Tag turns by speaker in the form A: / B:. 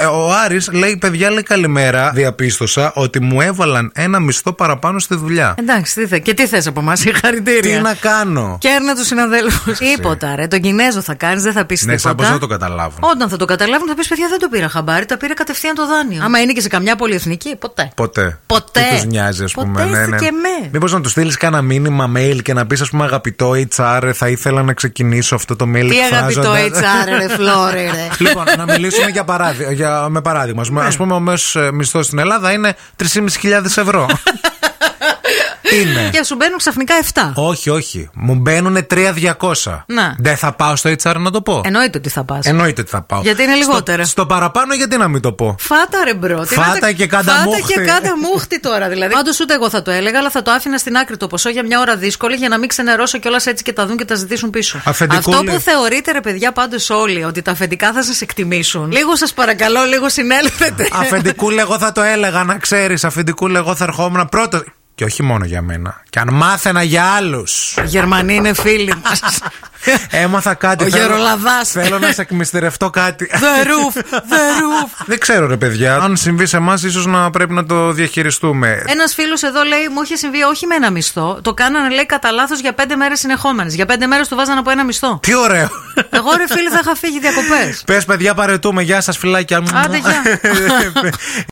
A: Ε, ο Άρης λέει: Παιδιά, λέει καλημέρα. Διαπίστωσα ότι μου έβαλαν ένα μισθό παραπάνω στη δουλειά.
B: Εντάξει, τι θε. Και τι θες από εμάς,
A: Τι
B: συγχαρητήρια.
A: να κάνω.
B: Κέρνα τους συναδέλφους. Τίποτα, ρε. Τον Κινέζο θα κάνεις, δεν θα πεις
A: Ναι, σαν
B: τίποτα.
A: πως δεν το καταλάβουν.
B: Όταν θα το καταλάβουν, θα πεις παιδιά, δεν το πήρα χαμπάρι, τα πήρα κατευθείαν το δάνειο. Άμα είναι και σε καμιά πολυεθνική, ποτέ.
A: Ποτέ.
B: Ποτέ.
A: Τι τους νοιάζει, ας πούμε.
B: Ποτέ είστε και με.
A: Μήπως να τους στείλεις κάνα μήνυμα mail και να πεις, ας πούμε, αγαπητό HR, θα ήθελα να ξεκινήσω αυτό το mail
B: Τι αγαπητό
A: εκφράζοντας-
B: HR, ρε Φλόρε, ρε. Ναι.
A: λοιπόν, να μιλήσουμε για παράδει- για, με παράδειγμα. Ας πούμε- Ας πούμε, ο μέσος μισθός στην Ελλάδα είναι 3.500 ευρώ. είναι.
B: Και σου μπαίνουν ξαφνικά 7.
A: όχι, όχι. Μου μπαίνουν 3.200.
B: Να. Ε,
A: Δεν θα πάω στο HR να το πω.
B: Εννοείται ότι θα πας.
A: Εννοείται ότι θα πάω.
B: Γιατί είναι
A: Στο-
B: λιγότερα.
A: Στο, παραπάνω, γιατί να μην το πω.
B: Φάτα ρε μπρο. Τι
A: Φάτα
B: να τα-
A: και κάντα
B: φάτα
A: μούχτη.
B: και κάντα μούχτη τώρα δηλαδή. Πάντως ούτε εγώ θα το έλεγα, αλλά θα το άφηνα στην άκρη το ποσό για μια ώρα δύσκολη για να μην ξενερώσω κιόλας έτσι και τα δουν και τα ζητήσουν πίσω.
A: Αφεντικούλη.
B: Αυτό που θεωρείτε ρε παιδιά πάντως όλοι ότι τα αφεντικά θα σας εκτιμήσουν. Λίγο σας παρακαλώ, λίγο συνέλθετε.
A: Αφεντικούλε, εγώ θα το έλεγα να ξέρεις. Αφεντικούλε, εγώ θα ερχόμουν πρώτος. Και όχι μόνο για μένα. Και αν μάθαινα για άλλους.
B: Οι Γερμανοί είναι φίλοι μας.
A: Έμαθα κάτι.
B: Ο
A: Θέλω-
B: Γερολαδάς.
A: Θέλω να σε εκμυστηρευτώ κάτι.
B: The roof, the roof.
A: Δεν ξέρω ρε παιδιά. Αν συμβεί σε εμάς, ίσως να πρέπει να το διαχειριστούμε.
B: Ένας φίλος εδώ λέει: Μου είχε συμβεί όχι με ένα μισθό. Το κάνανε, λέει, κατά λάθος για πέντε μέρες συνεχόμενες. Για πέντε μέρες του βάζανε από ένα μισθό.
A: Τι ωραίο.
B: Εγώ ρε φίλε θα είχα φύγει διακοπές.
A: Πες παιδιά, παρετούμε. Γεια σας, φιλάκια.
B: Άντε, γεια.